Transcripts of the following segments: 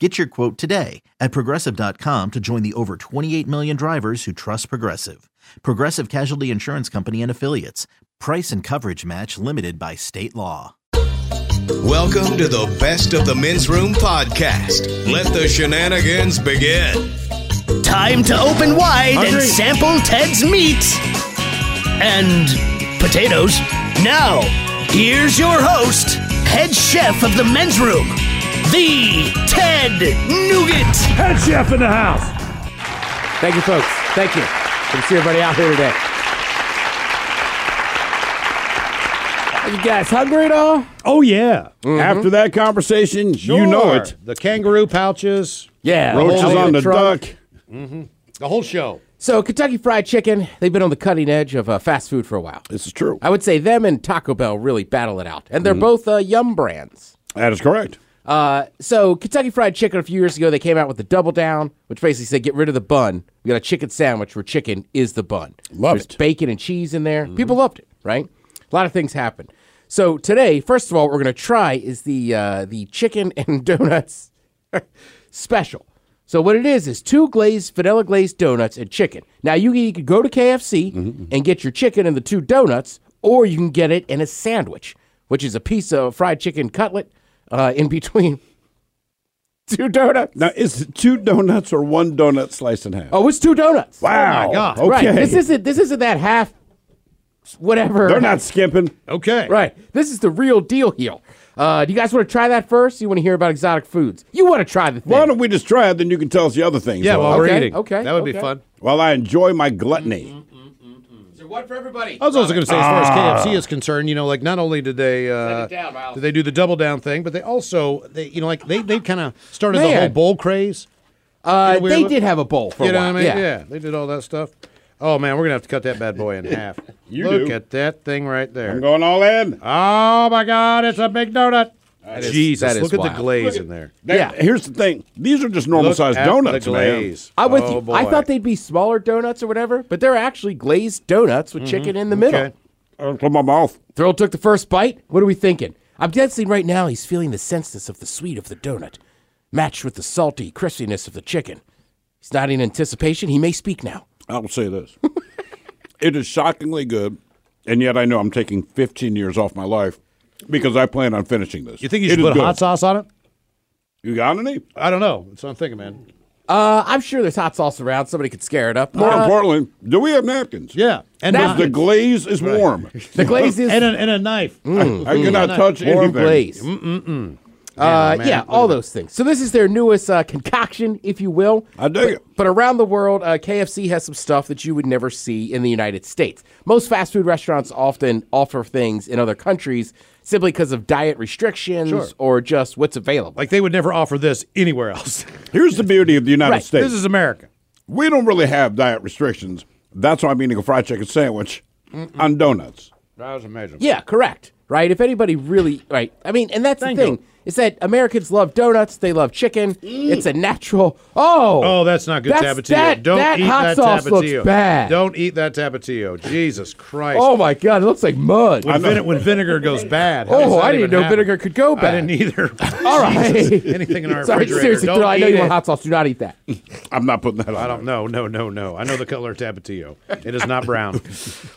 Get your quote today at progressive.com to join the over 28 million drivers who trust Progressive. Progressive Casualty Insurance Company and Affiliates. Price and coverage match limited by state law. Welcome to the Best of the Men's Room podcast. Let the shenanigans begin. Time to open wide and sample Ted's meat and potatoes. Now, here's your host, head chef of the men's room, the Ted Nugent. Head chef in the house. Thank you, folks. Thank you. Good to see everybody out here today. Are you guys hungry at all? Oh yeah. After that conversation, you know it. The kangaroo pouches, Yeah. Roaches Hold on the truck. duck. Mm-hmm. the whole Oh. show. So, Kentucky Fried Chicken, they've been on the cutting edge of uh, fast food for a while. This is true. Mm-hmm. I would say them and Taco Bell really battle it out. And they're both uh, yum brands. That is correct. Uh, so, Kentucky Fried Chicken, a few years ago, they came out with the Double Down, which basically said get rid of the bun. We got a chicken sandwich where chicken is the bun. Love There's it. Mm-hmm. bacon and cheese in there. People loved it, right? A lot of things happened. So, today, first of all, what we're going to try is the, uh, the chicken and donuts special. So what it is is two glazed vanilla glazed donuts and chicken. Now you, you could go to KFC Mm-hmm, and get your chicken and the two donuts, or you can get it in a sandwich, which is a piece of fried chicken cutlet uh, in between two donuts. Now, is it two donuts or one donut sliced in half? Oh, it's two donuts. wow. Oh, God. Okay. Right. This isn't this isn't that half whatever. They're not skimping. Okay. Right. This is the real deal here. Uh, do you guys want to try that first? You want to hear about exotic foods? You want to try the thing? Why don't we just try it? Then you can tell us the other things. Yeah, while, while we're Okay, eating. okay, That would be okay. fun. while I enjoy my gluttony. Mm-hmm. one for everybody. I was also going to say, as far Ah. as KFC is concerned, you know, like not only did they uh, it down, Miles. did they do the double down thing, but they also, they, you know, like they, they kind of started the Man. whole bowl craze. Uh, You know, we they were- did have a bowl for You a know while. what I mean? Yeah. Yeah. they did all that stuff. Oh man, we're gonna have to cut that bad boy in half. You Look do. at that thing right there. I'm going all in. Oh my God, it's a big donut. Jesus, that is look at wild. the glaze in there. That- yeah. Here's the thing. These are just normal Look sized at the donuts, man. glaze. I'm with Oh, you. boy. I thought they'd be smaller donuts or whatever, but they're actually glazed donuts with chicken in the middle. Mm-hmm. Okay. Uh, From my mouth. Thrill took the first bite. What are we thinking? I'm guessing right now he's feeling the senseness of the sweet of the donut, matched with the salty crispiness of the chicken. He's not in anticipation. He may speak now. I will say this. it is shockingly good, and yet I know I'm taking 15 years off my life because I plan on finishing this. You think you It should is put good. hot sauce on it? You got any? I don't know. That's what I'm thinking, man. Uh, I'm sure there's hot sauce around. Somebody could scare it up. More Uh, importantly, do we have napkins? Yeah, and Now- Because the glaze is warm. the glaze is and a, and a knife. I Mm. cannot touch warm anything. mm, glaze. Uh, man, yeah, look all those things. So this is their newest uh, concoction, if you will. I dig but, it. But around the world, uh, KFC has some stuff that you would never see in the United States. Most fast food restaurants often offer things in other countries simply because of diet restrictions or just what's available. Like they would never offer this anywhere else. Here's the beauty of the United Right. States. this is America. we don't really have diet restrictions. That's why I'm eating a fried chicken sandwich on donuts. That was amazing. yeah, correct. Right? If anybody really, right? I mean, and that's Thank the thing you. is that Americans love donuts. They love chicken. It's a natural. Oh, Oh, that's not good That's- tapatio. that- Don't that eat hot that sauce tapatio. looks bad. Don't eat that tapatio. Jesus Christ. oh my God! It looks like mud. when, vine- when vinegar goes bad. how does Oh, that I didn't even know happen? vinegar could go I bad. didn't either. All right. Anything in our Sorry, refrigerator. seriously, don't Thrill, I know eat you it. want hot sauce. Do not eat that. I'm not putting that on. I don't know. No, no, no. I know the color of tapatio. It is not brown.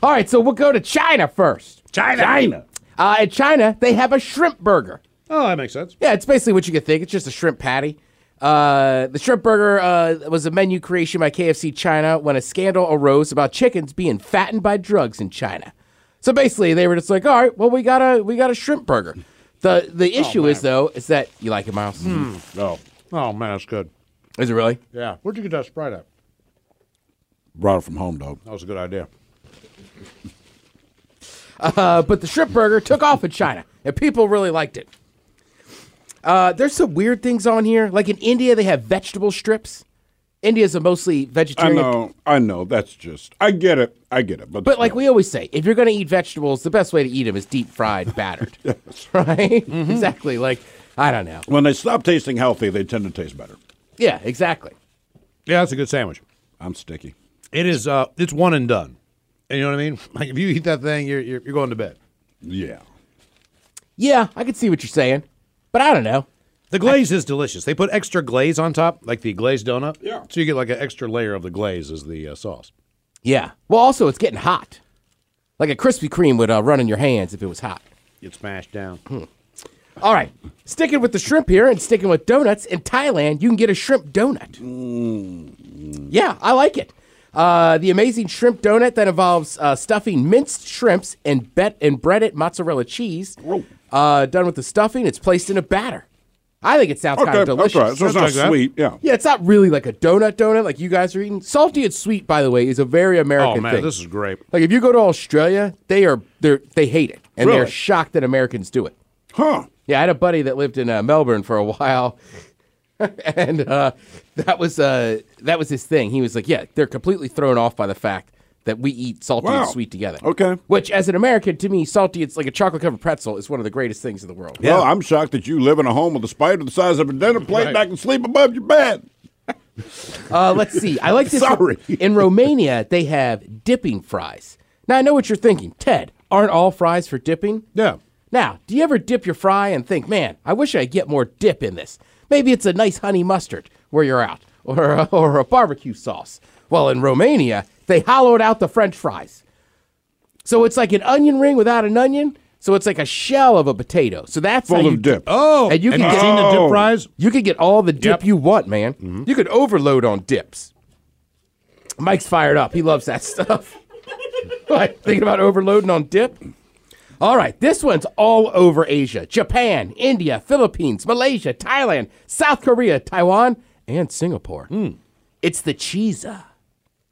All right, so we'll go to China first. China. China. Uh, in China, they have a shrimp burger. Oh, that makes sense. Yeah, it's basically what you could think. It's just a shrimp patty. Uh, the shrimp burger uh, was a menu creation by KFC China when a scandal arose about chickens being fattened by drugs in China. So basically, they were just like, "All right, well, we got a we got a shrimp burger." The the issue is though is that you like it, Miles? No. Hmm. Oh man, that's good. Is it really? Yeah. Where'd you get that Sprite at? Brought it from home, Oh. dog. That was a good idea. Uh, but the shrimp burger took off in China, and people really liked it. Uh, there's some weird things on here. Like in India, they have vegetable strips. India's a mostly I vegetarian. know. I know. That's just. I get it. I get it. But, But like we always say, if you're going to eat vegetables, the best way to eat them is deep fried, battered. Right? Mm-hmm. Exactly. Like I don't know. when they stop tasting healthy, they tend to taste better. Yeah, exactly. Yeah, that's a good sandwich. I'm sticky. It is. Uh, it's one and done. And you know what I mean? Like if you eat that thing, you're you're, you're going to bed. Yeah. Yeah, I can see what you're saying, but I don't know. The glaze is delicious. They put extra glaze on top, like the glazed donut. Yeah. So you get like an extra layer of the glaze as the uh, sauce. Yeah. Well, also it's getting hot. Like a Krispy Kreme would uh, run in your hands if it was hot. Get smashed down. Hmm. All right, sticking with the shrimp here and sticking with donuts in Thailand, you can get a shrimp donut. Mm-hmm. Mm. Yeah, I like it. Uh, the amazing shrimp donut that involves uh, stuffing minced shrimps and bet and breaded mozzarella cheese. Uh, done with the stuffing, it's placed in a batter. I think it sounds kind okay. of delicious. That's right. So it's Sounds not like that. sweet. Yeah. Yeah, it's not really like a donut donut like you guys are eating. Salty and sweet, by the way, is a very American Oh man, thing. this is great. like if you go to Australia, they are they are they hate it and they're Really? shocked that Americans do it. Huh. Yeah, I had a buddy that lived in uh, Melbourne for a while, and uh, that was uh, that was his thing. He was like, "Yeah, they're completely thrown off by the fact that we eat salty Wow. and sweet together." Okay. Which, as an American, to me, salty it's like a chocolate covered pretzel is one of the greatest things in the world. Well, I'm shocked that you live in a home with a spider the size of a dinner plate and I can sleep above your bed. Uh, let's see. I like this. Sorry. In Romania, they have dipping fries. Now I know what you're thinking, Ted. Aren't all fries for dipping? Yeah. Now, do you ever dip your fry and think, man, I wish I get more dip in this? Maybe it's a nice honey mustard where you're out, or, or a barbecue sauce. Well, in Romania, they hollowed out the French fries. So it's like an onion ring without an onion. So it's like a shell of a potato. So that's how Full you of dip. Oh, And you can have get- seen the Oh. dip fries. you could get all the dip Yep. Mm-hmm. you want, man. You could overload on dips. Mike's fired up. He loves that stuff. Like, Thinking about overloading on dip? All right, this one's all over Asia Japan, India, Philippines, Malaysia, Thailand, South Korea, Taiwan, and Singapore. It's the cheesa.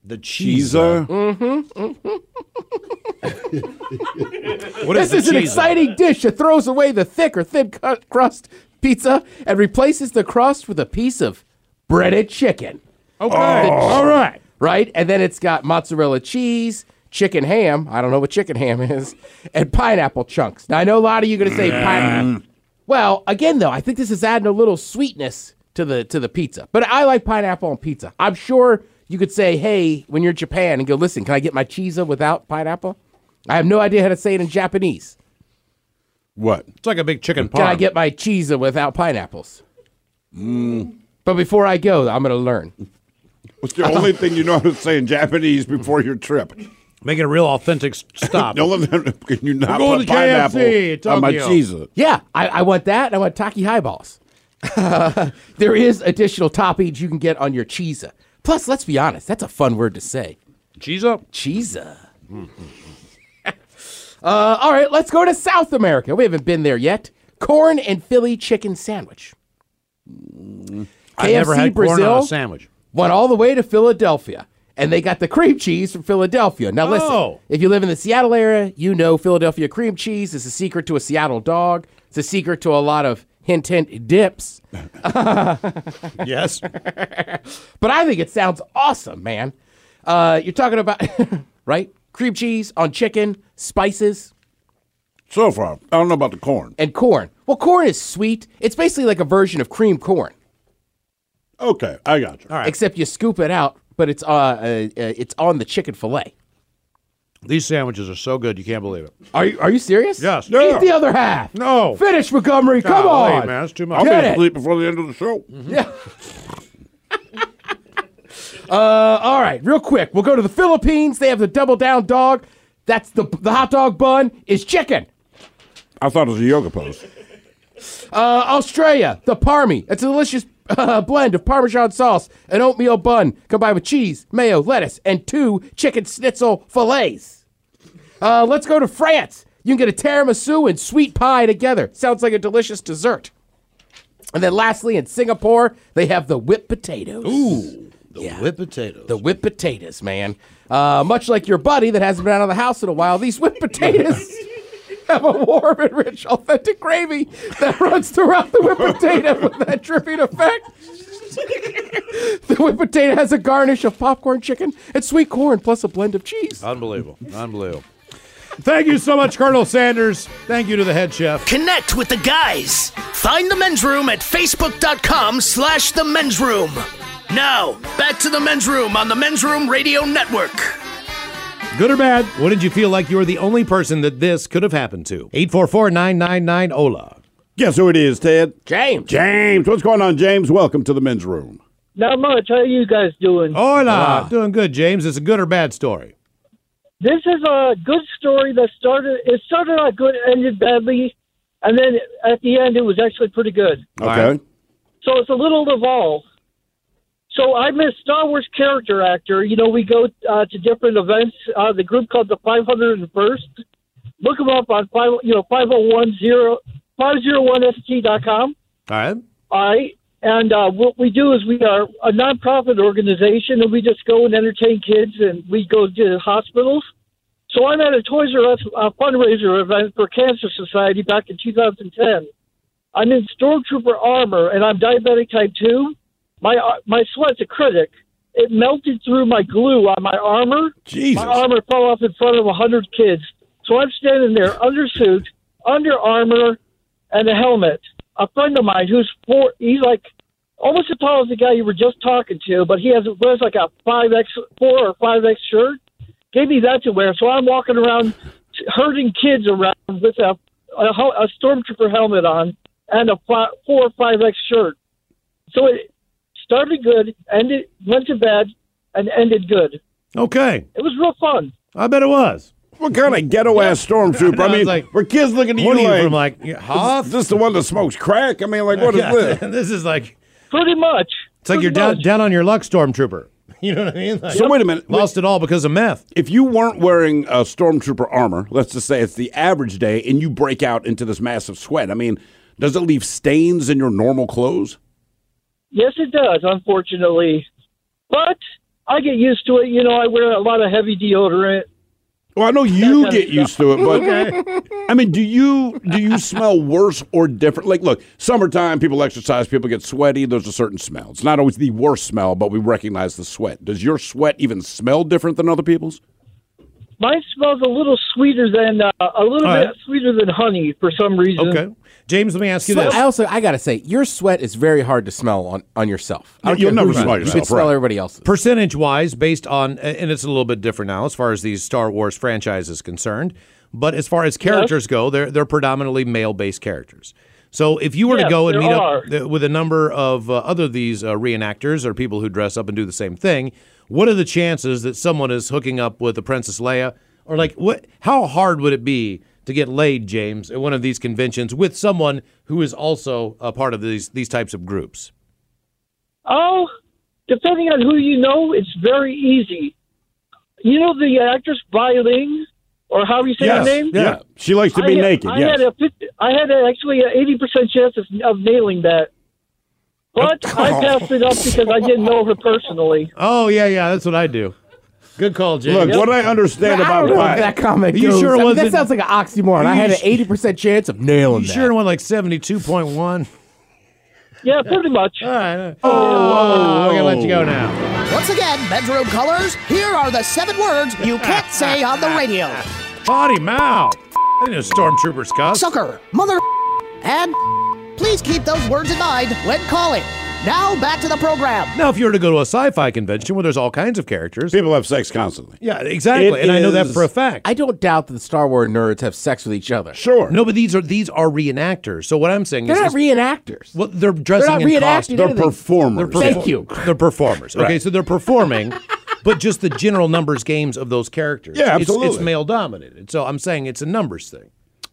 The cheese. Cheeser. Mm-hmm, What This is an exciting dish that throws away the thick or thin cu- crust pizza and replaces the crust with a piece of breaded chicken. Okay. All right. Oh. right? And then it's got mozzarella cheese, chicken ham. I don't know what chicken ham is, and pineapple chunks. Now I know a lot of you are going to say Mm. pineapple. Well, again though, I think this is adding a little sweetness to the to the pizza. But I like pineapple on pizza. I'm sure you could say, "Hey, when you're in Japan, and go, listen, can I get my cheese without pineapple?" I have no idea how to say it in Japanese. What? It's like a big chicken parm. Can I get my cheese without pineapples? But before I go, I'm going to learn. What's the only thing you know how to say in Japanese before your trip? Make it a real authentic s- stop. No one can you not We're going put to KFC, pineapple on my Tokyo. cheese. Yeah, I, I want that. And I want Taki highballs. there is additional toppings you can get on your cheesa. Plus, let's be honest, that's a fun word to say. cheese up. Cheesa. uh, all right, let's go to South America. We haven't been there yet. Corn and Philly chicken sandwich. I never KFC had corn on Brazil? a sandwich. went all the way to Philadelphia, and they got the cream cheese from Philadelphia. Now, listen, Oh. if you live in the Seattle area, you know Philadelphia cream cheese is a secret to a Seattle dog. It's a secret to a lot of hint hint dips. Yes. But I think it sounds awesome, man. Uh, you're talking about right cream cheese on chicken, spices, So far, I don't know about the corn. and corn. Well, corn is sweet. It's basically like a version of cream corn, Okay, I got you. except you scoop it out, but it's uh, uh, uh it's on the chicken fillet. These sandwiches are so good, you can't believe it. Are you, are you serious? Yes. Eat the other half. No. Finish Montgomery. Come Golly, on. man, that's too much. I'll Get be it. asleep before the end of the show. Yeah. uh, all right, real quick. We'll go to the Philippines. They have the double down dog. That's the the hot dog bun is chicken. I thought it was a yoga pose. Uh, Australia, the parmy. It's a delicious a blend of Parmesan sauce, an oatmeal bun combined with cheese, mayo, lettuce, and two chicken schnitzel fillets. Uh, let's go to France. You can get a tiramisu and sweet pie together. Sounds like a delicious dessert. And then lastly, in Singapore, they have the whipped potatoes. Ooh, the whipped potatoes. The whipped potatoes, man. Uh, much like your buddy that hasn't been out of the house in a while, these whipped potatoes have a warm and rich, authentic gravy that runs throughout the whipped potato with that dripping effect. the whipped potato has a garnish of popcorn chicken and sweet corn, plus a blend of cheese. Unbelievable. Unbelievable. Thank you so much, Colonel Sanders. Thank you to the head chef. Connect with the guys. Find the men's room at facebook.com slash the men's room. Now, back to the men's room on the men's room radio network. Good or bad, what did you feel like you were the only person that this could have happened to? 844 999 OLA. Guess who it is, Ted? James. James. What's going on, James? Welcome to the men's room. Not much. How you guys doing? Hola. Ah. Doing good, James. It's a good or bad story. This is a good story that started. It started out good, ended badly, and then at the end, it was actually pretty good. Okay. So it's a little of all. So I'm a Star Wars character actor. You know, we go uh, to different events. Uh, the group called the 501st. Look them up on five, oh you know, 501 501st.com. All right. All right. And uh, what we do is we are a nonprofit organization, and we just go and entertain kids, and we go to hospitals. So I'm at a Toys R Us uh, fundraiser event for Cancer Society back in 2010. I'm in stormtrooper armor, and I'm diabetic type two. My uh, my sweat's acrylic. It melted through my glue on my armor. Jesus. My armor fell off in front of a hundred kids. So I'm standing there, undersuit, under armor, and a helmet. A friend of mine who's four, he's like almost as tall as the guy you were just talking to, but he has wears like a five x four or five x shirt. Gave me that to wear, so I'm walking around herding kids around with a a, hel- a stormtrooper helmet on and a fi- four or five x shirt. So it started good, ended went to bed, and ended good. Okay. It was real fun. I bet it was. What kind of ghetto ass stormtrooper? I I mean, was like, were kids looking at What are you, you like, from, like, yeah, Hoth? Is this the one that smokes crack? I mean, like, what is Yeah, this? this is like, Pretty much. it's like Pretty you're down, much. down on your luck, Stormtrooper. You know what I mean? Like, So wait a minute. Lost it all because of meth. If you weren't wearing a stormtrooper armor, let's just say it's the average day, and you break out into this massive sweat, I mean, does it leave stains in your normal clothes? Yes, it does, unfortunately. But I get used to it. You know, I wear a lot of heavy deodorant. Well, I know you kinda get used to it, but I mean, do you do you smell worse or different? Like, look, summertime, people exercise, people get sweaty. There's a certain smell. It's not always the worst smell, but we recognize the sweat. Does your sweat even smell different than other people's? Mine smells a little sweeter than uh, a little All bit right. sweeter than honey for some reason. Okay. James, let me ask you So this. I also I gotta say, your sweat is very hard to smell on, on yourself. I don't You'll care never who you- smell You yourself, can smell right. everybody else's. percentage wise based on and it's a little bit different now as far as these Star Wars franchise is concerned, but as far as characters go, they're they're predominantly male based characters. So if you were to Yes, go and there meet are. up th- with a number of uh, other of these uh, reenactors or people who dress up and do the same thing, what are the chances that someone is hooking up with the Princess Leia or like what how hard would it be to get laid, James, at one of these conventions with someone who is also a part of these these types of groups? Oh, depending on who you know, it's very easy. You know the actress Bai Ling, or how you say her name? Yeah. She likes to be I had, naked. I yes. had a 50, I had a, actually an eighty percent chance of, of nailing that, but Oh, I passed it up because I didn't know her personally. Oh yeah, yeah, that's what I do. Good call, James. look, what I understand I about don't know if Pi- that comment Are you goes. sure it I mean, wasn't- that sounds like an oxymoron. I had an su- eighty percent chance of nailing You that. sure it went like 72.1? Yeah, pretty much. All right. Oh, I'm going to let you go now. Once again, bedroom colors, here are the seven words you can't say on the radio. Potty mouth. I didn't know stormtroopers cuss. Sucker, mother, and please keep those words in mind when calling. Now back to the program. now, if you were to go to a sci-fi convention where there's all kinds of characters. people have sex constantly. Yeah, exactly. It and I know that is- for a fact. I don't doubt that the Star Wars nerds have sex with each other. Sure. no, but these are these are reenactors. So what I'm saying They're is, not is- reenactors. well, they're dressing not in costume. reenacting They're anything. performers. They're Thank you. They're performers. Okay, so they're performing, but just the general numbers games of those characters. Yeah, It's- It's, absolutely. male dominated. So I'm saying it's a numbers thing.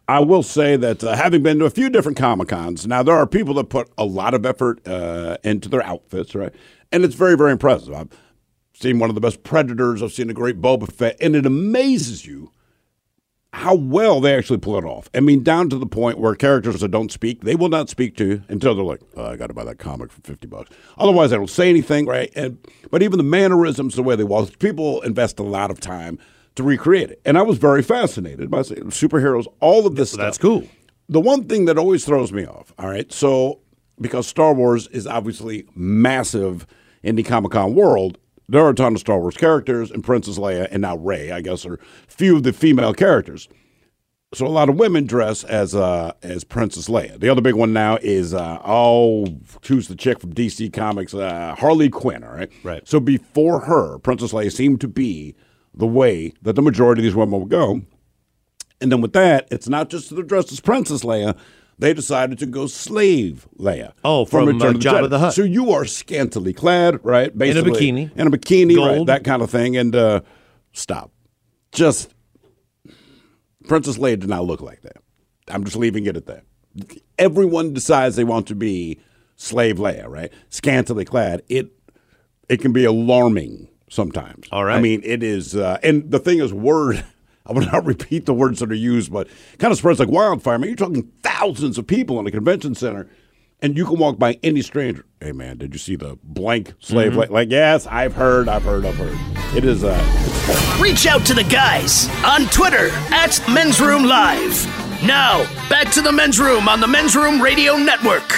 I will say that uh, having been to a few different Comic Cons, now there are people that put a lot of effort uh, into their outfits, right? And it's very, very impressive. I've seen one of the best Predators, I've seen a great Boba Fett, and it amazes you how well they actually pull it off. I mean, down to the point where characters that don't speak, they will not speak to you until they're like, oh, I got to buy that comic for 50 bucks. Otherwise, they don't say anything, right? And But even the mannerisms, the way they walk, people invest a lot of time to recreate it. And I was very fascinated by superheroes, all of this That's cool. The one thing that always throws me off, all right, so because Star Wars is obviously massive in the Comic Con world, there are a ton of Star Wars characters, and Princess Leia and now Rey, I guess, are few of the female characters. So a lot of women dress as uh, as Princess Leia. The other big one now is uh, oh, who's the chick from DC Comics? Uh, Harley Quinn. All right, right. So before her, Princess Leia seemed to be the way that the majority of these women would go. And then with that, it's not just that they're dressed as Princess Leia. They decided to go slave Leia. Oh, from, uh, Jabba the Hutt. So you are scantily clad, right? In a bikini. In a bikini, right? Gold. That kind of thing. And uh, stop. Just Princess Leia did not look like that. I'm just leaving it at that. Everyone decides they want to be slave Leia, right? Scantily clad. It it can be alarming sometimes. All right. I mean, it is, uh, and the thing is, word. I will not repeat the words that are used, but it kind of spreads like wildfire. I mean, you're talking thousands of people in a convention center, and you can walk by any stranger. Hey, man, did you see the blank slave? Mhm. Like, like, yes, I've heard, I've heard, I've heard. It is. Uh, Reach out to the guys on Twitter at Men's Room Live. Now, back to the Men's Room on the Men's Room Radio Network.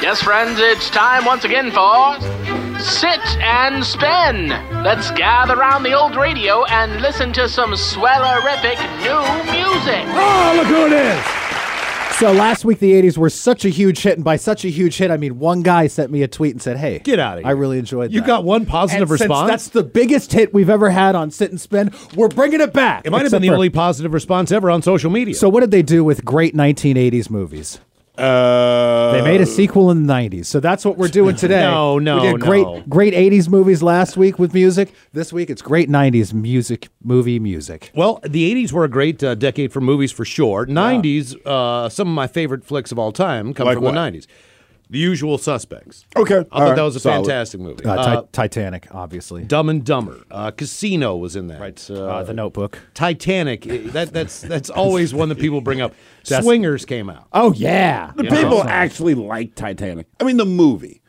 Yes, friends, it's time once again for Sit and Spin. Let's gather around the old radio and listen to some swellerific new music. Ah, Oh, look who it is! So last week the 80s were such a huge hit, and by such a huge hit, I mean one guy sent me a tweet and said, "Hey, Get outta I really enjoyed. You that. got one positive And since response? That's the biggest hit we've ever had on Sit and Spin. We're bringing it back. It might have Except been the for- only positive response ever on social media. So what did they do with great 1980s movies? Uh, They made a sequel in the 90s. So that's what we're doing today. No, no, We did great no. great 80s movies last week with music. This week it's great 90s music, movie music. Well, the 80s were a great uh, decade for movies for sure. 90s, uh, some of my favorite flicks of all time come Like from what? the 90s. The Usual Suspects. Okay. I thought that was a fantastic movie. Uh, Uh, Ti- Titanic, obviously. Dumb and Dumber, uh, Casino was in that. Right. Uh, The Notebook. Titanic. eh, That that's that's always one that people bring up. That's- Swingers came out. Oh yeah, the You know? people actually like Titanic. I mean, the movie.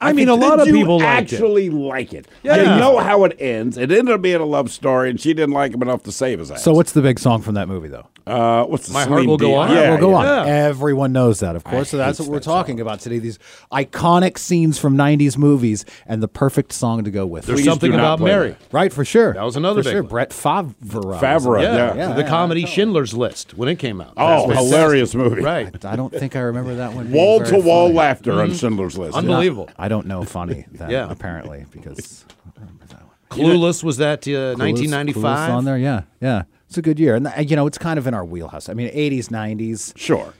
I mean, think a lot that of you people liked it. actually like it. Yeah. They know how it ends. It ended up being a love story, and she didn't like him enough to save his ass. So what's the big song from that movie though? uh, what's the My Celine heart will go Dion? on. Yeah, will go yeah. on. Everyone knows that, of course. So that's what we're talking about today. These iconic scenes from '90s movies and the perfect song to go with. it. There's Please something do not about play Mary. that. right? For sure. That was another for big sure. one. Brett Favre. Yeah. yeah. the comedy Schindler's List when it came out. Oh, That's hilarious fantastic. movie. Right. I don't think I remember that one. Wall to wall laughter on Schindler's List. Unbelievable. I don't know funny. That, Mm-hmm. Yeah. apparently because Clueless was that uh, Clueless- 1995. Clueless on there. Yeah, yeah. It's a good year, and uh, you know it's kind of in our wheelhouse. I mean, 80s, 90s. Sure.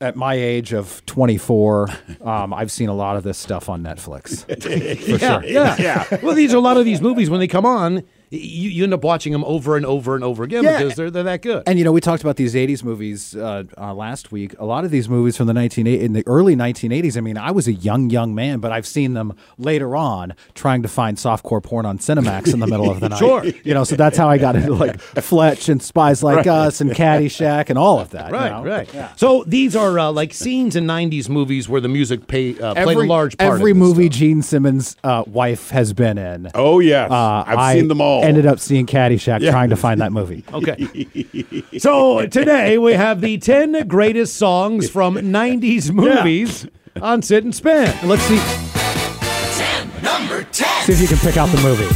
At my age of 24, um, I've seen a lot of this stuff on Netflix. For yeah, sure. yeah, Well, these are a lot of these movies when they come on, y- you, you end up watching them over and over and over again Yeah. because they're they're that good. And you know, we talked about these '80s movies uh, uh, last week. A lot of these movies from the 19 in the early 1980s. I mean, I was a young, young man, but I've seen them later on trying to find softcore porn on Cinemax in the middle of the night. Sure. you know, so that's how I got into like Fletch and Spies Like Right. Us and Caddyshack and all of that. you Right, know? right. So these are uh, like scenes in '90s movies where the music pay, uh, played a large part. Every of it. movie Gene Simmons' uh, wife has been in. Oh yes, Uh, I've I seen them all. Ended up seeing Caddyshack Yeah. trying to find that movie. Okay. so today we have the 10 greatest songs from 90s movies on Sit and Spin. Let's see. Number 10. See if you can pick out the movie.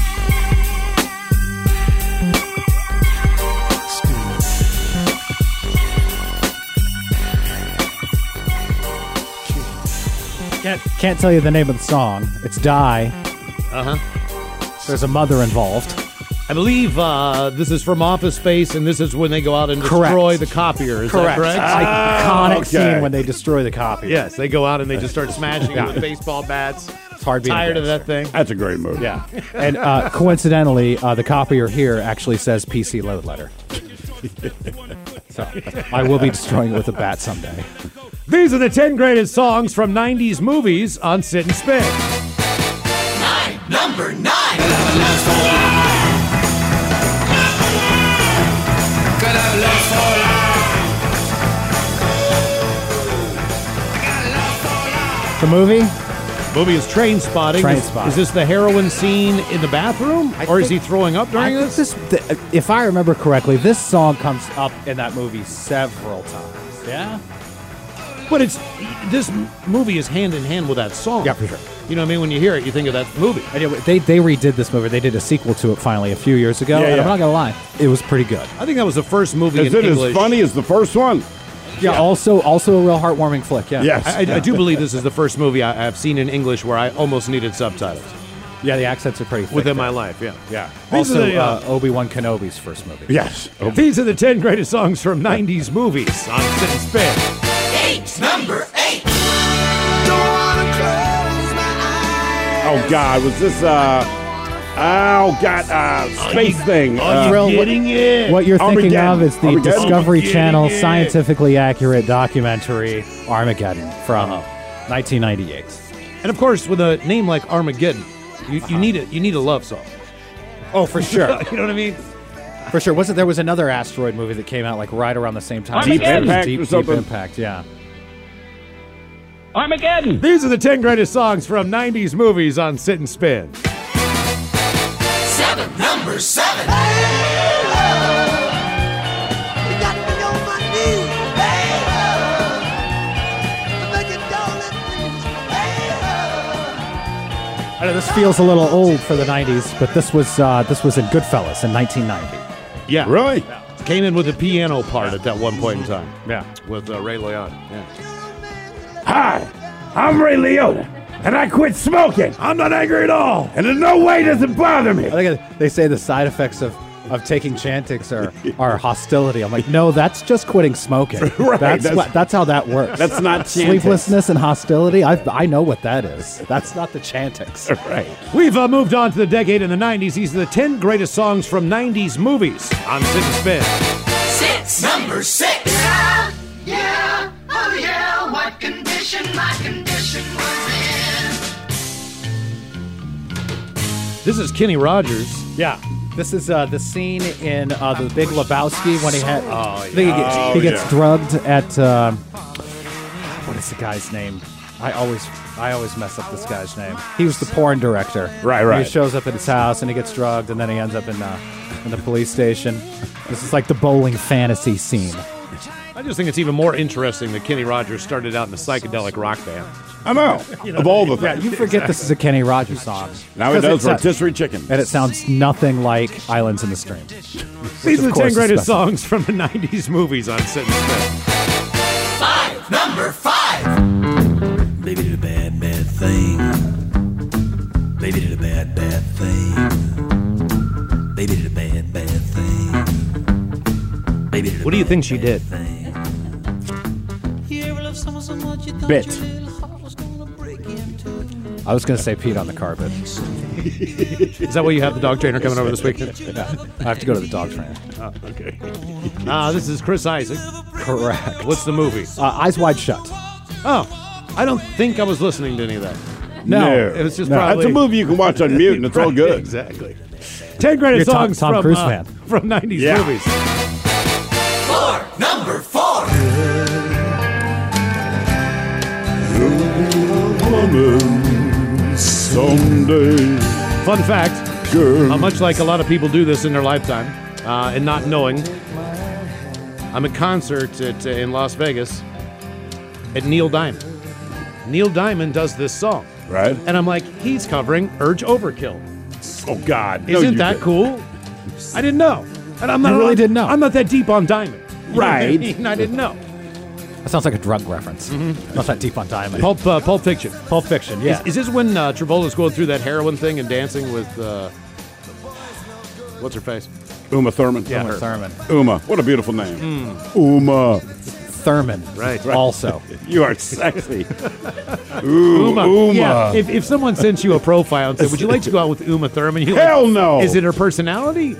Can't, can't tell you the name of the song. It's Die. Uh huh. There's a mother involved. I believe uh, this is from Office Space, and this is when they go out and destroy the copier. Is correct. that correct? Iconic Ah, okay. scene when they destroy the copy. Yes, they go out and they just start smashing it Yeah. with baseball bats. It's hard being a tired of that thing. That's a great movie. Yeah, And uh, coincidentally, uh, the copier here actually says PC load letter. So I will be destroying it with a bat someday. These are the 10 greatest songs from 90s movies on Sit and Spin. Number nine. The movie? Movie is Train Spotting. Train Is- Spotting. Is this the heroin scene in the bathroom, or is he throwing up during this? Th- uh, If I remember correctly, this song comes up in that movie several times. Yeah. But it's this m- movie is hand in hand with that song. Yeah, for sure. You know what I mean? When you hear it, you think of that movie. I know, They, they redid this movie. They did a sequel to it finally a few years ago. Yeah, and yeah. I'm not going to lie, it was pretty good. I think that was the first movie Is in it as English. funny as the first one? Yeah, also also a real heartwarming flick. Yeah. I, I, I do believe this is the first movie I, I've seen in English where I almost needed subtitles Yeah, the accents are pretty thick within there. my life. Yeah, yeah. Also, uh, Obi Wan Kenobi's first movie. Yes. Oh. These are the 10 greatest songs from 90s movies on Sit and Spin. Eight. Number eight. Oh God, was this uh Oh God, uh space thing. uh, Thrill, what- What you're thinking Armageddon. of is the Armageddon. Discovery Armageddon. Channel scientifically accurate documentary Armageddon from Uh-huh. 1998. And of course, with a name like Armageddon, you, you need a you need a love song. Oh, for sure. you know what I mean? For sure. Wasn't there was another asteroid movie that came out like right around the same time? Deep It was Impact Deep, or Deep something. impact. Yeah. Armageddon. These are the 10 greatest songs from 90s movies on Sit and Spin. Seven. Number seven. I know this feels a little old for the 90s, but this was uh, this was in Goodfellas in 1990. Yeah. Really? Came in with the piano part at that one point in time. Yeah. With uh, Ray Leon. Yeah. Hi, I'm Ray Liotta, and I quit smoking. I'm not angry at all, and in no way does it bother me. I think they say the side effects of of taking Chantix are are hostility. I'm like, no, that's just quitting smoking. Right, that's that's- what, that's how that works. That's not Chantix. sleeplessness and hostility. I I know what that is. That's not the Chantix. Right. We've uh, moved on to the decade in the 90s. These are the 10 greatest songs from 90s movies on Sit and Spin. Six. Number six. Yeah, yeah, oh yeah. What condition my condition was This is Kenny Rogers. Yeah. This is uh, the scene in uh, the Big Lebowski when he had. Oh, I think he gets, yeah. he Oh, gets yeah. drugged at. Uh, what is the guy's name? I always I always mess up this guy's name. He was the porn director. Right, He right. shows up at his house and he gets drugged and then he ends up in uh, in the police station. This is like the bowling fantasy scene. I just think it's even more interesting that Kenny Rogers started out in a psychedelic rock band. I know. of all the Yeah, things. you forget this is a Kenny Rogers song. Now 'Cause it does it's a- rotisserie chicken. And it sounds nothing like Islands in the Stream. These of are the course is 10 greatest special. songs from the 90s movies on Sit and Spin. Five. Number five. Baby did a bad, bad thing. Baby did a bad, bad thing. Baby did a bad, bad thing. Baby did a What do you think she did? Bit. I was going to say Pete on the carpet. Is that why you have the dog trainer coming over this weekend? I have to go to the dog trainer. okay. Ah, this is Chris Isaac. Correct. What's the movie? Uh, Eyes Wide Shut. Oh, I don't think I was listening to any of that. it was just probably. That's a movie you can watch on mute and it's all Right, good. Exactly. Ten greatest You're a Tom- songs Tom from Cruise uh, fan. from '90s Yeah. movies. Number four. Woman, someday. Fun fact: uh, much like a lot of people do this in their lifetime, uh, and not knowing, I'm at concert at, uh, in Las Vegas at Neil Diamond. Neil Diamond does this song, right? And I'm like, he's covering Urge Overkill. Oh God! no, Isn't you that didn't. cool? I didn't know, and I'm not You really didn't know. I'm not that deep on Diamond, You know what I Right. mean? I didn't know. That sounds like a drug reference. Mm-hmm. Not that deep on diamond. Pulp, uh, Pulp Fiction. Pulp Fiction. Yeah. Is, is this when uh, Travolta's going through that heroin thing and dancing with uh, what's her face? Uma Thurman. Yeah, Uma her. Thurman. Hmm. Uma. What a beautiful name. Uma. Thurman. Right. Also. you are sexy. Ooh, Uma. Yeah. If, if someone sent you a profile and said, "Would you like to go out with Uma Thurman?" You're Hell like, no. Is it her personality?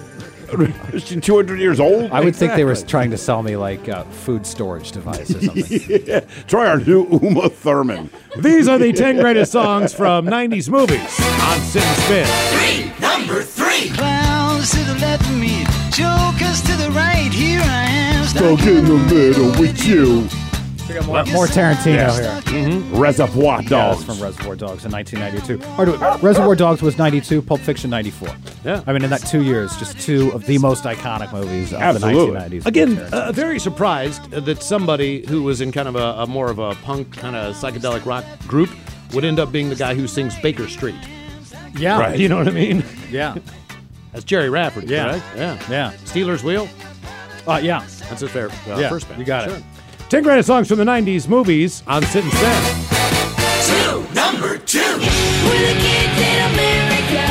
Two hundred years old. I would think they were Exactly. trying to sell me like a food storage device or something. yeah. Try our new Uma Thurman. These are the 10 greatest songs from 90s movies on Sit and Spin. Three, number three. Clowns to the left of me, jokers to the right. Here I am. Stuck in the middle with you. More- more Tarantino here. Mm-hmm. Reservoir Dogs. Yeah, that's from Reservoir Dogs in 1992. Or, no, Reservoir Dogs was 92, Pulp Fiction 94. Yeah. I mean, in that two years, just two of the most iconic movies of the 1990s. Again, uh, very surprised that somebody who was in kind of a, a more of a punk kind of psychedelic rock group would end up being the guy who sings Baker Street. Yeah. Right. You know what I mean? Yeah. That's Jerry Rafferty, Yeah. correct? Yeah. Yeah. Steeler's Wheel? Uh, yeah. That's his favorite uh, Yeah, first band. you got it. 10 greatest songs from the 90s movies on Sit and Spin. Two, number two. We're the kids in America.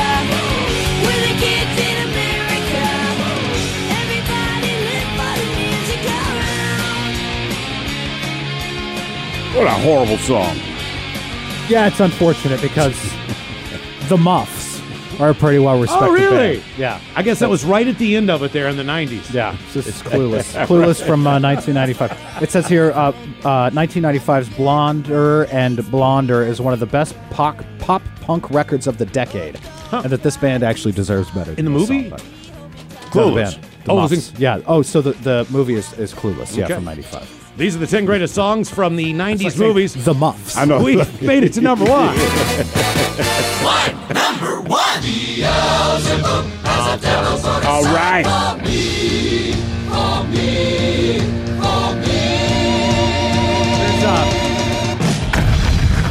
We're the kids in America. Everybody live for the music around. What a horrible song. Yeah, it's unfortunate because the Muffs are a pretty well respected. Oh, really? Yeah. I guess that was right at the end of it there in the 90s. Yeah. This is Clueless. Clueless from uh, 1995. It says here uh, uh, 1995's Blonder and Blonder is one of the best pop, pop punk records of the decade. And that this band actually deserves better. In the than this movie? song, but- No, the Clueless. band. The Oh, it was in- Muffs. yeah. Oh, so the, the movie is, is Clueless. Yeah, Okay. from 95. These are the 10 greatest songs from the 90s like saying movies. The Muffs. I know. We made it to number one. One, number one. Beelzebub has a devil's voice. All right. For me, for me, for me.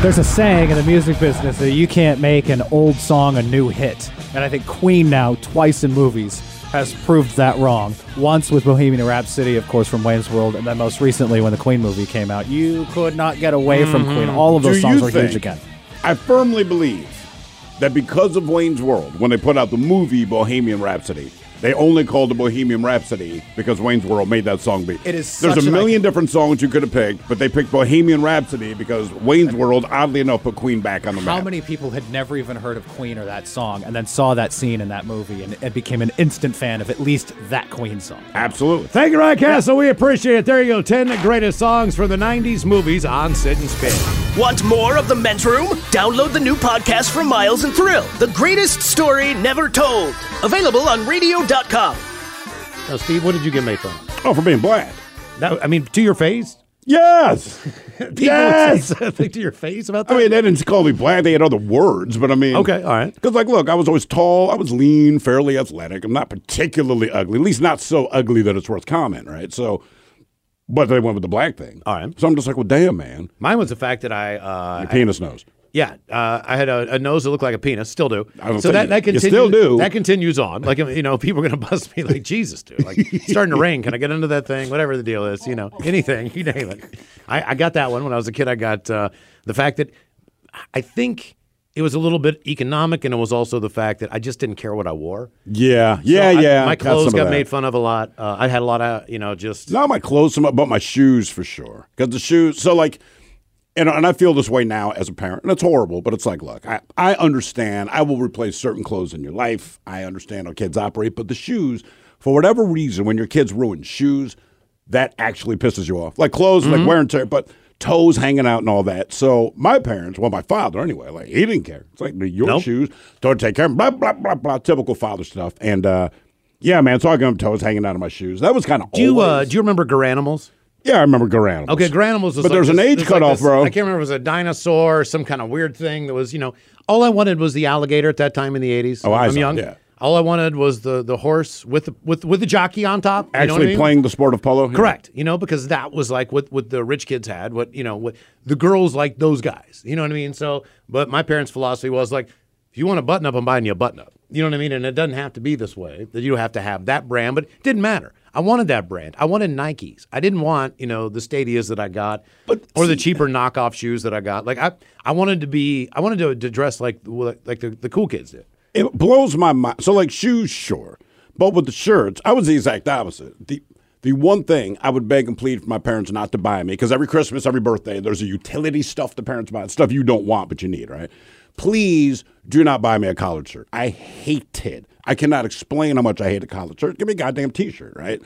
There's a saying in the music business that you can't make an old song a new hit. And I think Queen now, twice in movies, has proved that wrong. Once with Bohemian Rhapsody, of course, from Wayne's World, and then most recently when the Queen movie came out. You could not get away from Queen. All of those Do songs you are huge think- again. I firmly believe that because of Wayne's World, when they put out the movie Bohemian Rhapsody, they only called it Bohemian Rhapsody because Wayne's World made that song be. It is There's such a an million different songs you could have picked, but they picked Bohemian Rhapsody because Wayne's World, oddly enough, put Queen back on the How map. many people had never even heard of Queen or that song and then saw that scene in that movie and, and became an instant fan of at least that Queen song? Absolutely. Thank you, Ryan Castle. We appreciate it. There you go. 10 greatest songs from the 90s movies on Sit and Spin. Want more of the men's room? Download the new podcast from Miles and Thrill, The Greatest Story Never Told. Available on radio.com. Now, Steve, what did you get made from? Oh, for being black. That, I mean, to your face? Yes. People yes. say something to your face about that? I mean, they didn't call me black. They had other words, but I mean. Okay, all right. Because, like, look, I was always tall. I was lean, fairly athletic. I'm not particularly ugly, at least not so ugly that it's worth comment, right? So, but they went with the black thing. All right. So I'm just like, well, damn, man. Mine was the fact that I. Uh, Your penis nose. Yeah, uh, I had a, a nose that looked like a penis. Still do. I don't so that think- that you continues. still do. That continues on. Like you know, people are gonna bust me like Jesus, dude. Like it's starting to rain. Can I get into that thing? Whatever the deal is, you know, anything, you name it. I, I got that one when I was a kid. I got uh, the fact that I think it was a little bit economic, and it was also the fact that I just didn't care what I wore. Yeah. So Yeah, I- yeah. my Got some clothes of got that. made fun of a lot. Uh, I had a lot of you know just Not my clothes, some- but my shoes for sure. Because the shoes, so like, and, and I feel this way now as a parent, and it's horrible, but it's like, look, I, I understand. I will replace certain clothes in your life. I understand how kids operate, but the shoes, for whatever reason, when your kids ruin shoes, that actually pisses you off. Like clothes, like wear and tear, but toes hanging out and all that. So my parents, well, my father anyway, like he didn't care. It's like your shoes, don't take care. of 'em, Blah blah blah blah. Typical father stuff. And uh, yeah, man, so I got toes hanging out of my shoes. That was kind of. Do you, uh, do you remember Garanimals? Yeah, I remember Garanimals. Okay, Granimals was But like there's an this- age this- cutoff, like this- bro. I can't remember. if It was a dinosaur or some kind of weird thing that was, you know, all I wanted was the alligator at that time in the 80s. Oh, I I'm saw, young. yeah. All I wanted was the the horse with the, with with the jockey on top. you know what Actually I mean? playing the sport of polo. Correct. You know, because that was like what what the rich kids had. What you know, what the girls like those guys. You know what I mean? So, but my parents' philosophy was like, if you want a button up, I'm buying you a button up. You know what I mean? And it doesn't have to be this way. That you don't have to have that brand, but it didn't matter. I wanted that brand. I wanted Nikes. I didn't want you know the Stadias that I got, but or the cheaper knockoff shoes that I got. Like I, I wanted to be, I wanted to, to dress like like the, the cool kids did. It blows my mind. So like shoes, sure, but with the shirts, I was the exact opposite. The the one thing I would beg and plead for my parents not to buy me because every Christmas, every birthday, there's a utility stuff the parents buy, stuff you don't want but you need, right? please do not buy me a collared shirt. I hate it. I cannot explain how much I hate a collared shirt. Give me a goddamn t-shirt, right?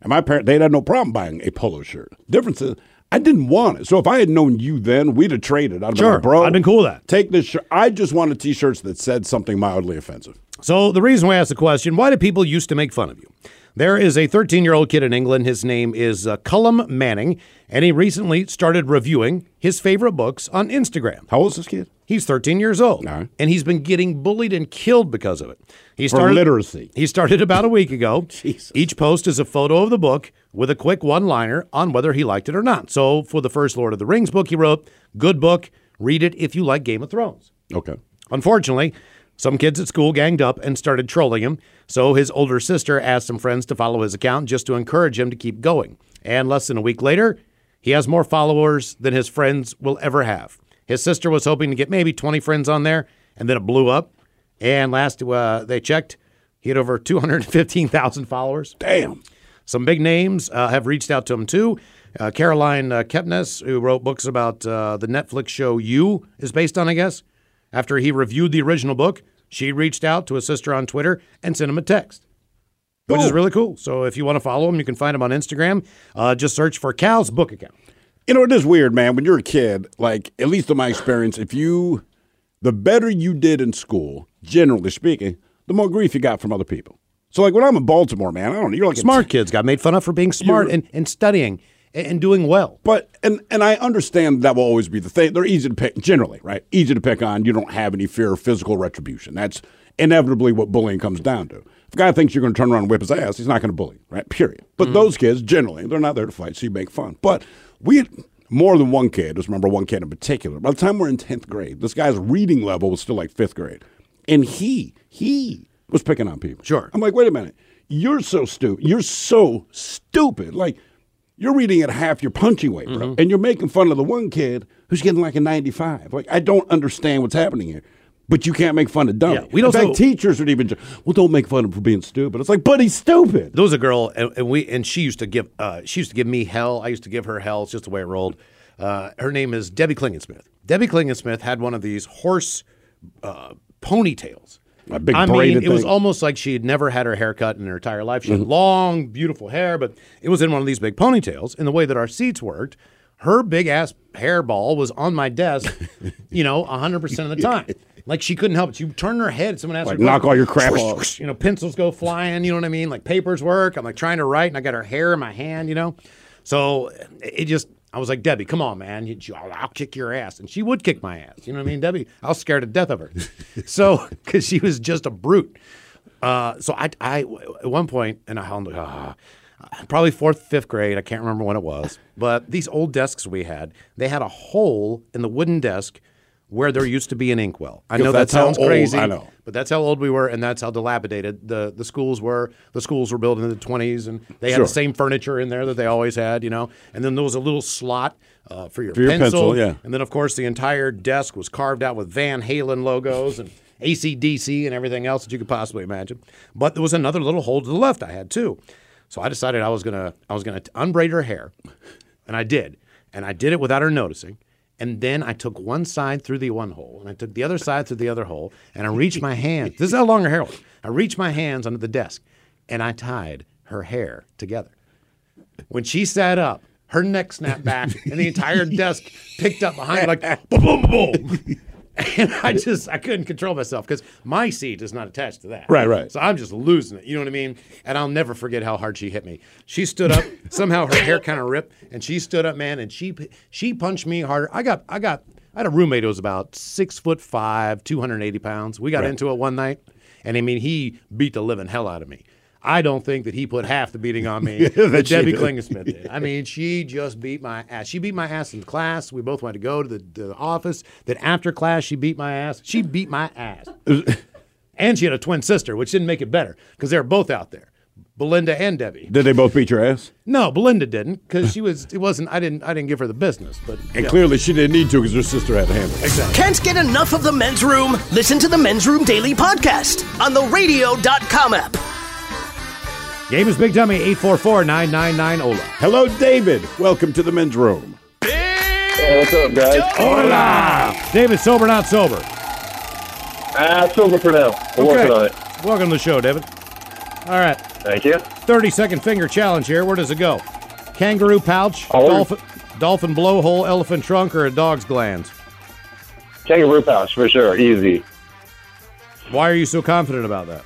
And my parents, they had no problem buying a polo shirt. Difference is, I didn't want it. So if I had known you then, we'd have traded. I'd have been Sure. like, bro. I'd been cool with that. Take this shirt. I just wanted t-shirts that said something mildly offensive. So the reason why I asked the question, why do people used to make fun of you? There is a 13-year-old kid in England. His name is uh, Cullum Manning, and he recently started reviewing his favorite books on Instagram. How old is this kid? He's 13 years old, and he's been getting bullied and killed because of it. He For literacy. He started about a week ago. Each post is a photo of the book with a quick one-liner on whether he liked it or not. So for the first Lord of the Rings book, he wrote, "Good book. Read it if you like Game of Thrones." Okay. Unfortunately, some kids at school ganged up and started trolling him, so his older sister asked some friends to follow his account just to encourage him to keep going. And less than a week later, he has more followers than his friends will ever have. His sister was hoping to get maybe 20 friends on there, and then it blew up. And last uh, they checked, he had over 215,000 followers. Damn. Some big names uh, have reached out to him too. Uh, Caroline uh, Kepnes, who wrote books about uh, the Netflix show You, is based on, I guess. After he reviewed the original book, she reached out to his sister on Twitter and sent him a text, which is really cool. So if you want to follow him, you can find him on Instagram. Uh, just search for Cal's book account. You know, it is weird, man. When you're a kid, like, at least in my experience, if you, the better you did in school, generally speaking, the more grief you got from other people. So, like, when I'm in Baltimore, man, I don't know. You're like, smart kids got made fun of for being smart and, and studying and, and doing well. But, and, and I understand that will always be the thing. They're easy to pick, generally, right? Easy to pick on. You don't have any fear of physical retribution. That's inevitably what bullying comes down to. If a guy thinks you're going to turn around and whip his ass, he's not going to bully, right? Period. But Hmm. those kids, generally, they're not there to fight, so you make fun. But we had more than one kid, just remember one kid in particular. By the time we're in 10th grade, this guy's reading level was still like fifth grade. And he, he was picking on people. Sure. I'm like, wait a minute. You're so stupid. You're so stupid. Like, you're reading at half your punching weight, Mm-hmm. bro. And you're making fun of the one kid who's getting like a 95. Like, I don't understand what's happening here. But you can't make fun of dumb. Yeah, we don't- In fact, teachers would even, ju- well, don't make fun of him for being stupid. It's like, but he's stupid. There was a girl, and, and we and she used to give uh, she used to give me hell. I used to give her hell. It's just the way it rolled. Uh, her name is Debbie Klingensmith. Debbie Klingensmith had one of these horse uh, ponytails. A big I mean, braided it was thing. almost like she had never had her hair cut in her entire life. She had Mhm. long, beautiful hair, but it was in one of these big ponytails. And the way that our seats worked, her big ass hairball was on my desk, you know, 100% of the time. Like she couldn't help it. She turned her head. Someone asked Like, her, knock all your crap off. you know, pencils go flying, you know what I mean? Like papers work. I'm like trying to write and I got her hair in my hand, you know? So it just, I was like, Debbie, come on, man. You- you- I'll, I'll kick your ass. And she would kick my ass. You know what I mean, Debbie? I was scared to death of her. So, because she was just a brute. Uh, so I, I, at one point, and I, uh, probably fourth, fifth grade, I can't remember when it was, but these old desks we had, they had a hole in the wooden desk where there used to be an inkwell. I Because know that that's how sounds old- crazy. I know. But that's how old we were, and that's how dilapidated the, the schools were. The schools were built in the 20s, and they had Sure. the same furniture in there that they always had, you know. And then there was a little slot uh, for your For your pencil. pencil, yeah. And then, of course, the entire desk was carved out with Van Halen logos and ACDC and everything else that you could possibly imagine. But there was another little hole to the left I had, too. So I decided I was gonna I was gonna unbraid her hair, and I did, and I did it without her noticing. And then I took one side through the one hole, and I took the other side through the other hole, and I reached my hands. This is how long her hair was. I reached my hands under the desk, and I tied her hair together. When she sat up, her neck snapped back, and the entire desk picked up behind, like boom, boom, boom. And I just I couldn't control myself because my seat is not attached to that. Right, right. So I'm just losing it. You know what I mean? And I'll never forget how hard she hit me. She stood up. somehow her hair kind of ripped, and she stood up, man, and she she punched me harder. I got I got I had a roommate who was about six foot five, two hundred and eighty pounds. We got Right. into it one night, and I mean he beat the living hell out of me. I don't think that he put half the beating on me That that she Debbie did. Klingensmith did. I mean, she just beat my ass. She beat my ass in class. We both went to go to the, to the office. Then after class, she beat my ass. She beat my ass. and she had a twin sister, which didn't make it better because they were both out there, Belinda and Debbie. Did they both beat your ass? No, Belinda didn't because she was. It wasn't. I didn't. I didn't give her the business. But And yeah. clearly she didn't need to because her sister had a handle. Exactly. Can't get enough of the men's room? Listen to the men's room daily podcast on the radio.com app. Game is Big Dummy 844-999-OLA. Hello, David. Welcome to the men's room. Hey, what's up, guys? Hola. David, sober not sober. Uh, silver for now. We're Okay. working on it. Welcome to the show, David. All right. Thank you. 30 second finger challenge here. Where does it go? Kangaroo pouch, dolphin, dolphin blowhole, elephant trunk, or a dog's glands? Kangaroo pouch for sure. Easy. Why are you so confident about that?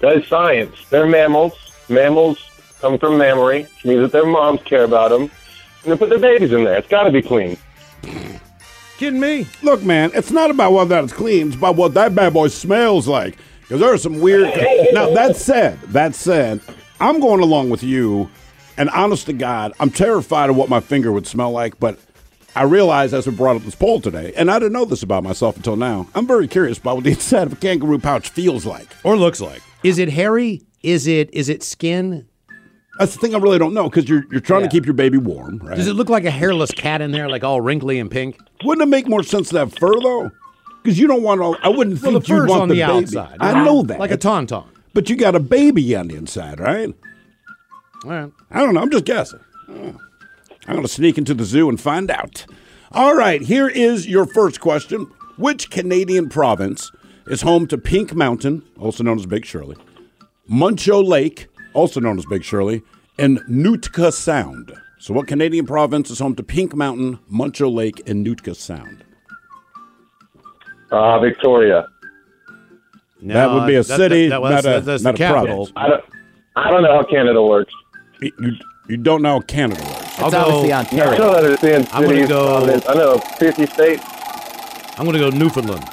That is science. They're mammals. Mammals come from mammary, which means that their moms care about them. And they put their babies in there. It's got to be clean. Kidding me? Look, man, it's not about whether it's clean. It's about what that bad boy smells like. Because there are some weird. now that said, that said, I'm going along with you. And honest to God, I'm terrified of what my finger would smell like. But I realized as we brought up this poll today, and I didn't know this about myself until now. I'm very curious about what the inside of a kangaroo pouch feels like or looks like. Is it hairy? Is it is it skin? That's the thing I really don't know because you're you're trying Yeah. to keep your baby warm, right? Does it look like a hairless cat in there, like all wrinkly and pink? Wouldn't it make more sense to have fur though? Because you don't want all. I wouldn't Well, think the you fur's want on the, the baby. outside. I know that, Like a tauntaun. But you got a baby on the inside, right? All right. I don't know. I'm just guessing. Oh. I'm going to sneak into the zoo and find out. All right. Here is your first question: Which Canadian province is home to Pink Mountain, also known as Big Shirley, Muncho Lake, also known as Big Shirley, and Nootka Sound? So, what Canadian province is home to Pink Mountain, Muncho Lake, and Nootka Sound? Uh, Victoria. that would be a city, not a, not a province. I don't, I don't know how Canada works. You, you don't know how Canada works. I'll It's obviously go- Ontario. I don't understand I'm gonna cities, go- province. I know 50 states. I'm going to go Newfoundland.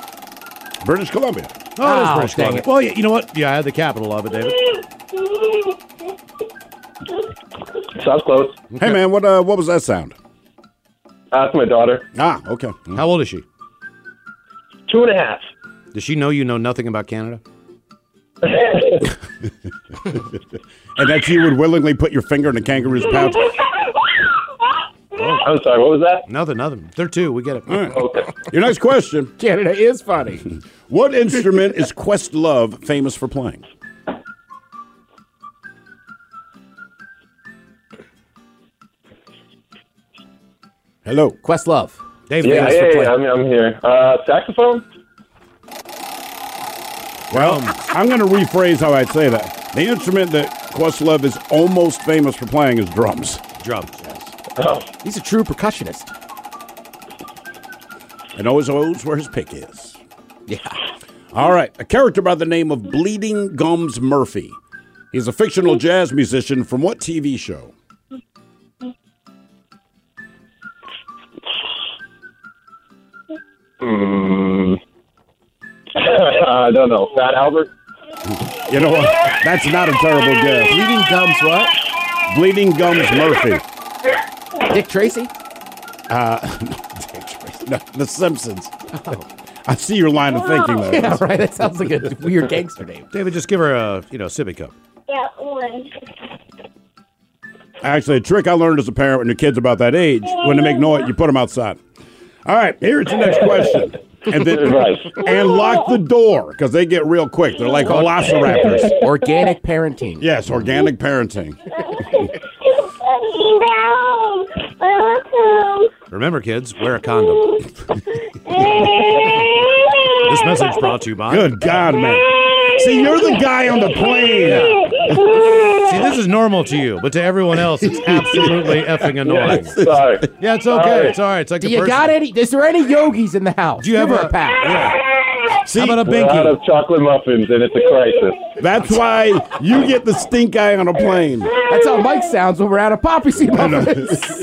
British Columbia. Oh, it is Oh, British dang Columbia. it. Well, you, you know what? Yeah, I had the capital of it, David. Sounds close. Hey, man, what uh, what was that sound? That's my daughter. Ah, okay. How old is she? Two and a half. Does she know you know nothing about Canada? and that you would willingly put your finger in a kangaroo's pouch. Oh, I'm sorry, what was that? Nothing, nothing. They're two. We get it. Your next question. Canada is funny. What instrument is Questlove famous for playing? Hello. Questlove. Dave yeah, yeah, yeah, I'm, I'm here. Uh, saxophone? Well, Um, I'm going to rephrase how I'd say that. The instrument that Questlove is almost famous for playing is drums. Drums. Oh. He's a true percussionist. And always knows where his pick is. Yeah. All right. A character by the name of Bleeding Gums Murphy. He's a fictional jazz musician from what TV show? Hmm. I don't know. Fat Albert? You know what? That's not a terrible guess. Bleeding Gums what? Bleeding Gums Murphy. Dick Tracy? Uh, Dick Tracy. No, the Simpsons. I see your line of thinking there. Oh. Yeah, right. That sounds like a weird gangster name. David, just give her a you know sippy cup. That one. Actually, a trick I learned as a parent when your kid's about that age, when they make noise, you put them outside. All right, here's the next question. And then Right. and lock the door because they get real quick. They're like velociraptors. Organic parenting. Yes, organic parenting. Remember, kids, wear a condom. this message brought to you by. Good God, man! See, you're the guy on the plane. See, this is normal to you, but to everyone else, it's absolutely effing annoying. Sorry. Yeah, it's okay. It's all right. It's like Do the you person- got any? Is there any yogis in the house? Do you have Give her a- pack? See, about a We're out of chocolate muffins, and it's a crisis. That's why you get the stink eye on a plane. That's how Mike sounds when we're out of poppy seed muffins.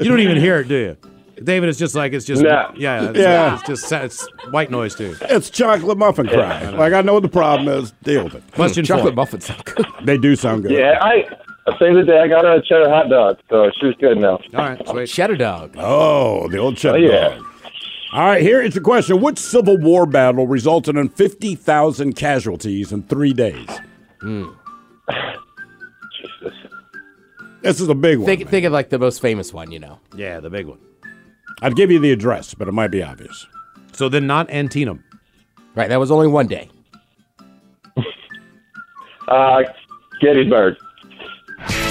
You don't even hear it, do you? David, it's just like it's just Nah. yeah, it's, Yeah. It's just it's white noise too. It's chocolate muffin cry. Like I know what the problem is. Deal with it. Question Chocolate four. muffins sound good. They do sound good. Yeah, I saved the day. I got her a cheddar hot dog, so she was good now. All right, sweet. Cheddar dog. Oh, the old cheddar Oh, yeah. dog. All right, here is the question. Which Civil War battle resulted in 50,000 casualties in three days? This is a big one. Think, think of like the most famous one, you know. Yeah, the big one. Mm-hmm. I'd give you the address, but it might be obvious. So then, not Antietam. Right, that was only one day. Uh, Gettysburg.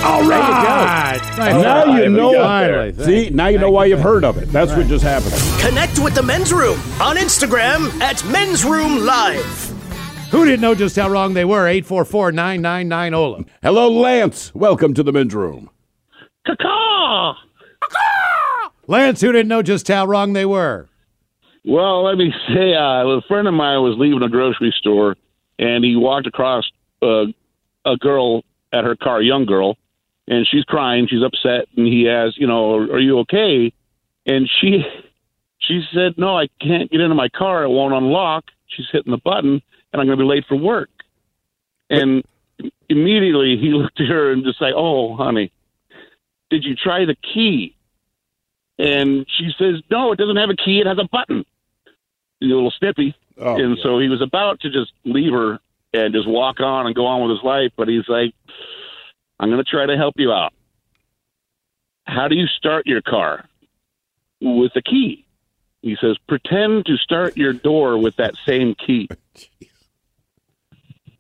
All right. now you know Finally, it. See, now you know why you've heard of it. That's what just happened. Connect with the men's room on Instagram at men's room live. Who didn't know just how wrong they were? 844 999 Ola. Hello, Lance. Welcome to the men's room. Caw! Lance, who didn't know just how wrong they were? Well, let me say, uh, a friend of mine was leaving a grocery store, and he walked across uh, a girl at her car, a young girl, and she's crying, she's upset, and he asks, you know, are you okay? And she, she said, no, I can't get into my car; it won't unlock. She's hitting the button, and I'm going to be late for work. And immediately he looked at her and just said, "Oh, honey, did you try the key?" And she says, "No, it doesn't have a key; it has a button." A little snippy. Oh, and so he was about to just leave her and just walk on and go on with his life, but he's like, "I'm going to try to help you out. How do you start your car with a key?" He says, "Pretend to start your door with that same key."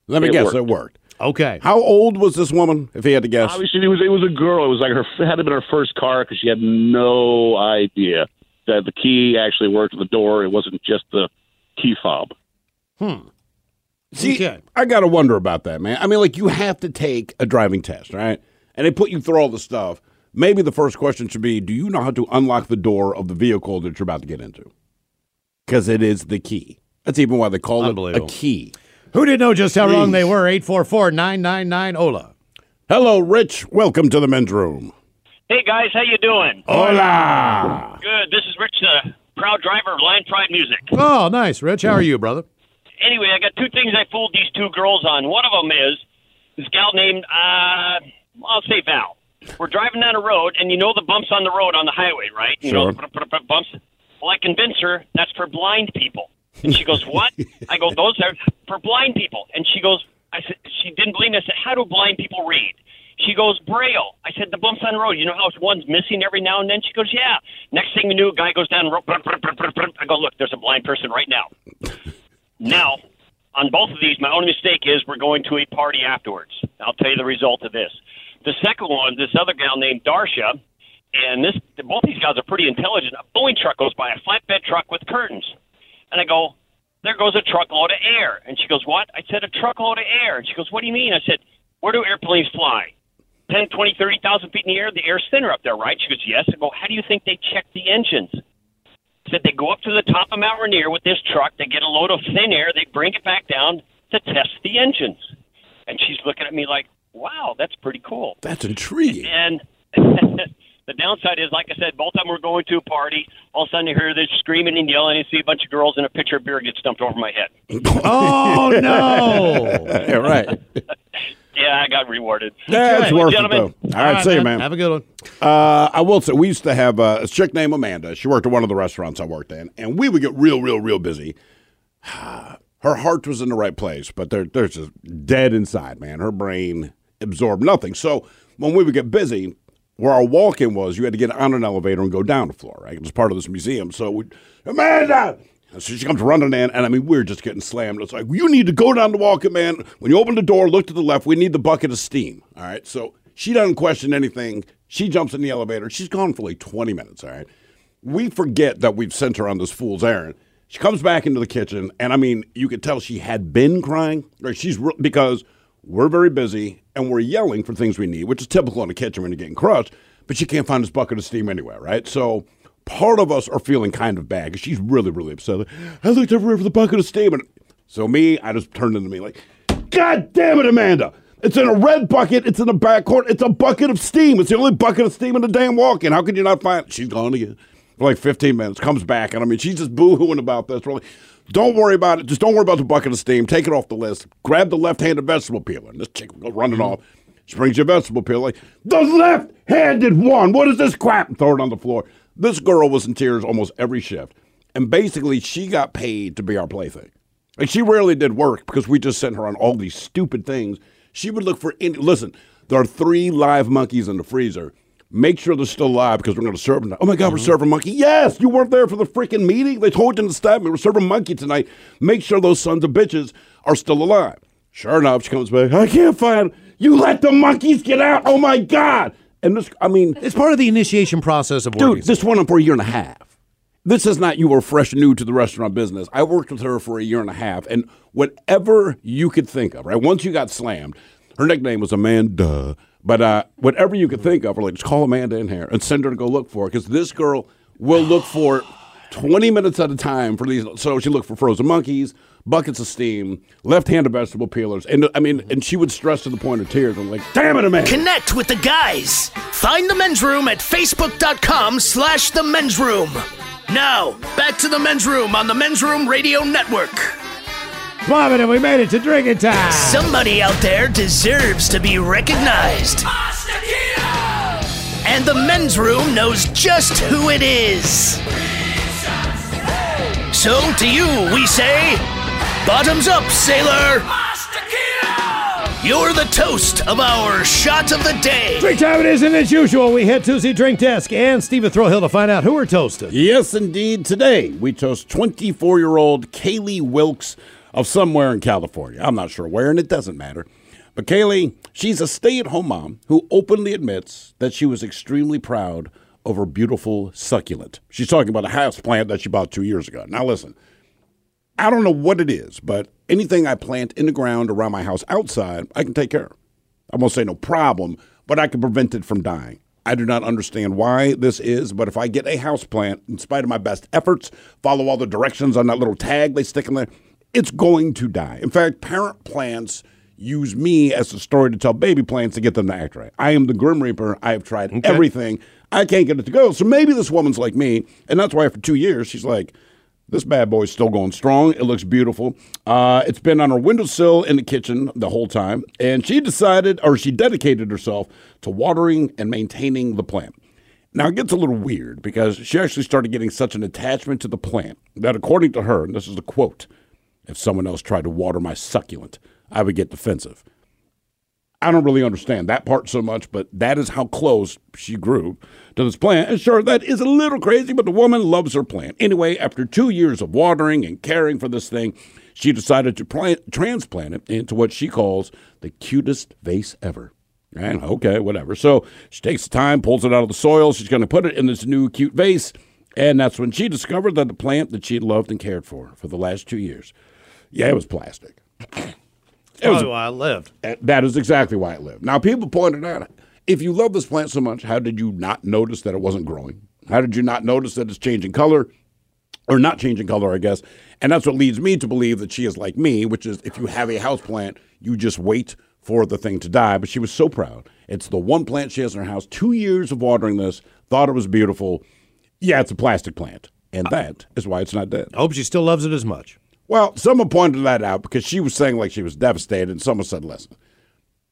Let me It guess. worked. It worked. Okay. How old was this woman, if he had to guess? Obviously, it was it was a girl. It was like her it had to been her first car because she had no idea that the key actually worked at the door. It wasn't just the key fob. Hmm. See, I gotta wonder about that, man. I mean, like you have to take a driving test, right? And they put you through all the stuff. Maybe the first question should be, do you know how to unlock the door of the vehicle that you're about to get into? Because it is the key. That's even why they call it a Unbelievable. key. Who didn't know just how wrong Jeez. they were? 844 999 Ola. Hello, Rich. Welcome to the men's room. Hey guys, how you doing? Hola. Good. This is Rich, the proud driver of Line Pride Music. Oh, nice, Rich. How are you, brother? Anyway, I got two things I fooled these two girls on. One of them is this gal named uh, I'll say Val. We're driving down a road, and you know the bumps on the road on the highway, right? You know Sure. the br- br- br- bumps. Well, I convince her that's for blind people, and she goes, "What?" I go, "Those are for blind people," and she goes, "I said she didn't believe me." I said, "How do blind people read?" She goes, Braille. I said, the bumps on the road. You know how one's missing every now and then? She goes, yeah. Next thing you knew, a guy goes down. the road, brr, brr, brr, brr, brr. I go, look, there's a blind person right now. now, on both of these, my only mistake is we're going to a party afterwards. I'll tell you the result of this. The second one, this other gal named Darsha, and this both these guys are pretty intelligent. A Boeing truck goes by, a flatbed truck with curtains. And I go, there goes a truckload of air. And she goes, what? I said, a truckload of air. And she goes, what do you mean? I said, where do airplanes fly? 10, 20, 30,000 feet in the air, the air's thinner up there, right? She goes, yes. I go, how do you think they check the engines? I said, they go up to the top of Mount Rainier with this truck, they get a load of thin air, they bring it back down to test the engines. And she's looking at me like, wow, that's pretty cool. That's intriguing. And the downside is, like I said, both of them were going to a party. All of a sudden, I hear this screaming and yelling, and see a bunch of girls, and a pitcher of beer gets dumped over my head. Oh no! yeah, right. Yeah, I got rewarded. That's Anyway, worth it, gentlemen, though. All right, see you, man. Have a good one. Uh, I will say, we used to have uh, a chick named Amanda. She worked at one of the restaurants I worked in, and we would get real, real, real busy. Her heart was in the right place, but they're, they're just dead inside, man. Her brain absorbed nothing. So when we would get busy, where our walk in was, you had to get on an elevator and go down the floor, right? It was part of this museum. So we, Amanda! And so she comes running in, and I mean, we we're just getting slammed. It's like, you need to go down the walk in, man. When you open the door, look to the left. We need the bucket of steam, all right? So she doesn't question anything. She jumps in the elevator. She's gone for like 20 minutes, all right? We forget that we've sent her on this fool's errand. She comes back into the kitchen, and I mean, you could tell she had been crying. Like she's re- because we're very busy and we're yelling for things we need, which is typical in the kitchen when you're getting crushed. But she can't find this bucket of steam anywhere, right? So part of us are feeling kind of bad because she's really, really upset. Like, I looked everywhere for the bucket of steam, and so me, I just turned into me like, God damn it, Amanda! It's in a red bucket. It's in the back court. It's a bucket of steam. It's the only bucket of steam in the damn walk-in. How could you not find it? She's gone again for like 15 minutes. Comes back, and I mean, she's just boo-hooing about this. Really, don't worry about it. Just don't worry about the bucket of steam. Take it off the list. Grab the left-handed vegetable peeler. And this chick will go running off. She brings you a vegetable peeler. Like the left-handed one. What is this crap? And throw it on the floor. This girl was in tears almost every shift, and basically, she got paid to be our plaything. Like she rarely did work because we just sent her on all these stupid things. She would look for any. Listen, there are three live monkeys in the freezer. Make sure they're still alive because we're going to serve them. Oh my God, we're serving monkey. Yes, you weren't there for the freaking meeting. They told you in the staff meeting we're serving monkey tonight. Make sure those sons of bitches are still alive. Sure enough, she comes back. I can't find. You let the monkeys get out. Oh my God. And this, I mean, it's part of the initiation process of dude. This went on for a year and a half. This is not you were fresh new to the restaurant business. I worked with her for a year and a half, and whatever you could think of, right? Once you got slammed, her nickname was Amanda. But uh, whatever you could think of, we're like, just call Amanda in here and send her to go look for it because this girl will look for it 20 minutes at a time for these. So she looked for frozen monkeys, buckets of steam, left handed vegetable peelers. And I mean, and she would stress to the point of tears. I'm like, damn it, Amanda. Connect with the guys. Find the men's room at facebook.com slash the men's room. Now, back to the men's room on the men's room radio network. Bobbin, and we made it to drinking time. Somebody out there deserves to be recognized. And the men's room knows just who it is. So to you, we say, bottoms up, sailor. You're the toast of our shot of the day. Drink time it is, and as usual, we head to the drink desk and Steve Throwhill to find out who we're toasting. Yes, indeed. Today, we toast 24 year old Kaylee Wilkes of somewhere in California. I'm not sure where, and it doesn't matter. But Kaylee, she's a stay at home mom who openly admits that she was extremely proud of her beautiful succulent. She's talking about a house plant that she bought two years ago. Now, listen, I don't know what it is, but anything I plant in the ground around my house outside, I can take care of. I won't say no problem, but I can prevent it from dying. I do not understand why this is, but if I get a house plant, in spite of my best efforts, follow all the directions on that little tag they stick in there, it's going to die. In fact, parent plants use me as the story to tell baby plants to get them to act right. I am the Grim Reaper. I have tried everything. I can't get it to go. So maybe this woman's like me, and that's why after two years, she's like, this bad boy's still going strong. It looks beautiful. Uh, it's been on her windowsill in the kitchen the whole time. And she decided, or she dedicated herself to watering and maintaining the plant. Now, it gets a little weird because she actually started getting such an attachment to the plant that, according to her, and this is a quote, if someone else tried to water my succulent, I would get defensive. I don't really understand that part so much, but that is how close she grew to this plant. And sure, that is a little crazy, but the woman loves her plant. Anyway, after two years of watering and caring for this thing, she decided to plant, transplant it into what she calls the cutest vase ever. And okay, whatever. So she takes the time, pulls it out of the soil. She's going to put it in this new cute vase. And that's when she discovered that the plant that she had loved and cared for for the last two years, yeah, it was plastic. It was- Probably why I lived. That is exactly why it lived. Now, people pointed out if you love this plant so much, how did you not notice that it wasn't growing? How did you not notice that it's changing color or not changing color, I guess? And that's what leads me to believe that she is like me, which is if you have a house plant, you just wait for the thing to die. But she was so proud. It's the one plant she has in her house. Two years of watering this, thought it was beautiful. Yeah, it's a plastic plant. And that is why it's not dead. I hope she still loves it as much. Well, someone pointed that out because she was saying like she was devastated, and someone said, listen,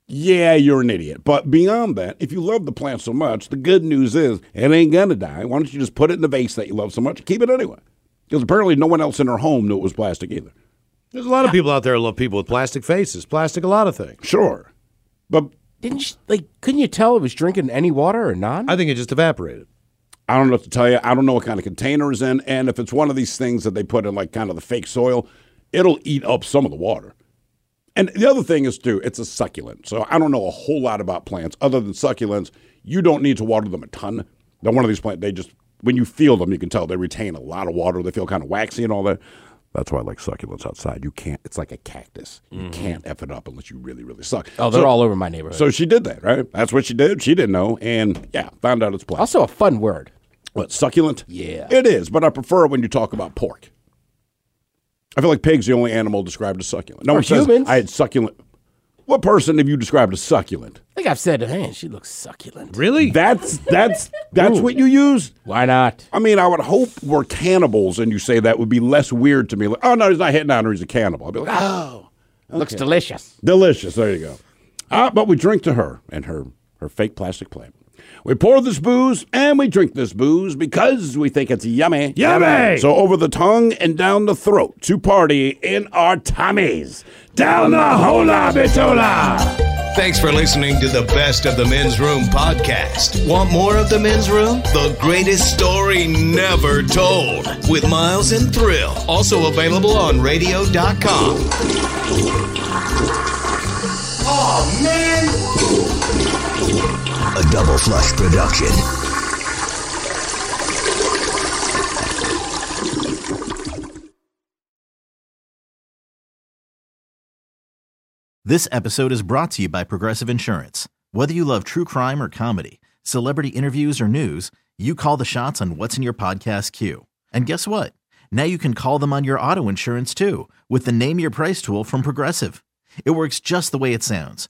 yeah, you're an idiot. But beyond that, if you love the plant so much, the good news is it ain't going to die. Why don't you just put it in the vase that you love so much? Keep it anyway. Because apparently no one else in her home knew it was plastic either. There's a lot of people out there who love people with plastic faces, plastic a lot of things. Sure. But didn't you, like couldn't you tell it was drinking any water or not? I think it just evaporated. I don't know what to tell you. I don't know what kind of container is in. And if it's one of these things that they put in like kind of the fake soil, it'll eat up some of the water. And the other thing is too, it's a succulent. So I don't know a whole lot about plants other than succulents. You don't need to water them a ton. They're one of these plants. They just when you feel them, you can tell they retain a lot of water. They feel kind of waxy and all that. That's why I like succulents outside. You can't. It's like a cactus. You Mm-hmm. Mhm. can't f it up unless you really, really suck. Oh, they're So- all over my neighborhood. So she did that, right? That's what she did. She didn't know, and yeah, found out it's plastic. Also, a fun word. What succulent? Yeah. It is, but I prefer when you talk about pork. I feel like pig's the only animal described as succulent. No Or one says humans. I had succulent. What person have you described as succulent? I think I've said, man, she looks succulent. Really? That's that's that's what you use. Why not? I mean, I would hope we're cannibals, and you say that would be less weird to me. Like, oh no, he's not hitting on her; he's a cannibal. I'd be like, Oh, looks Okay. delicious. Delicious. There you go. Ah, but we drink to her and her her fake plastic plant. We pour this booze and we drink this booze because we think it's yummy. Yummy! So over the tongue and down the throat to party in our tummies. Down the hola bitola! Thanks for listening to the Best of the Men's Room podcast. Want more of the Men's Room? The greatest story never told with Miles and Thrill. Also available on radio.com. Oh, man. A double flush production. This episode is brought to you by Progressive Insurance. Whether you love true crime or comedy, celebrity interviews or news, you call the shots on what's in your podcast queue. And guess what? Now you can call them on your auto insurance too with the Name Your Price tool from Progressive. It works just the way it sounds.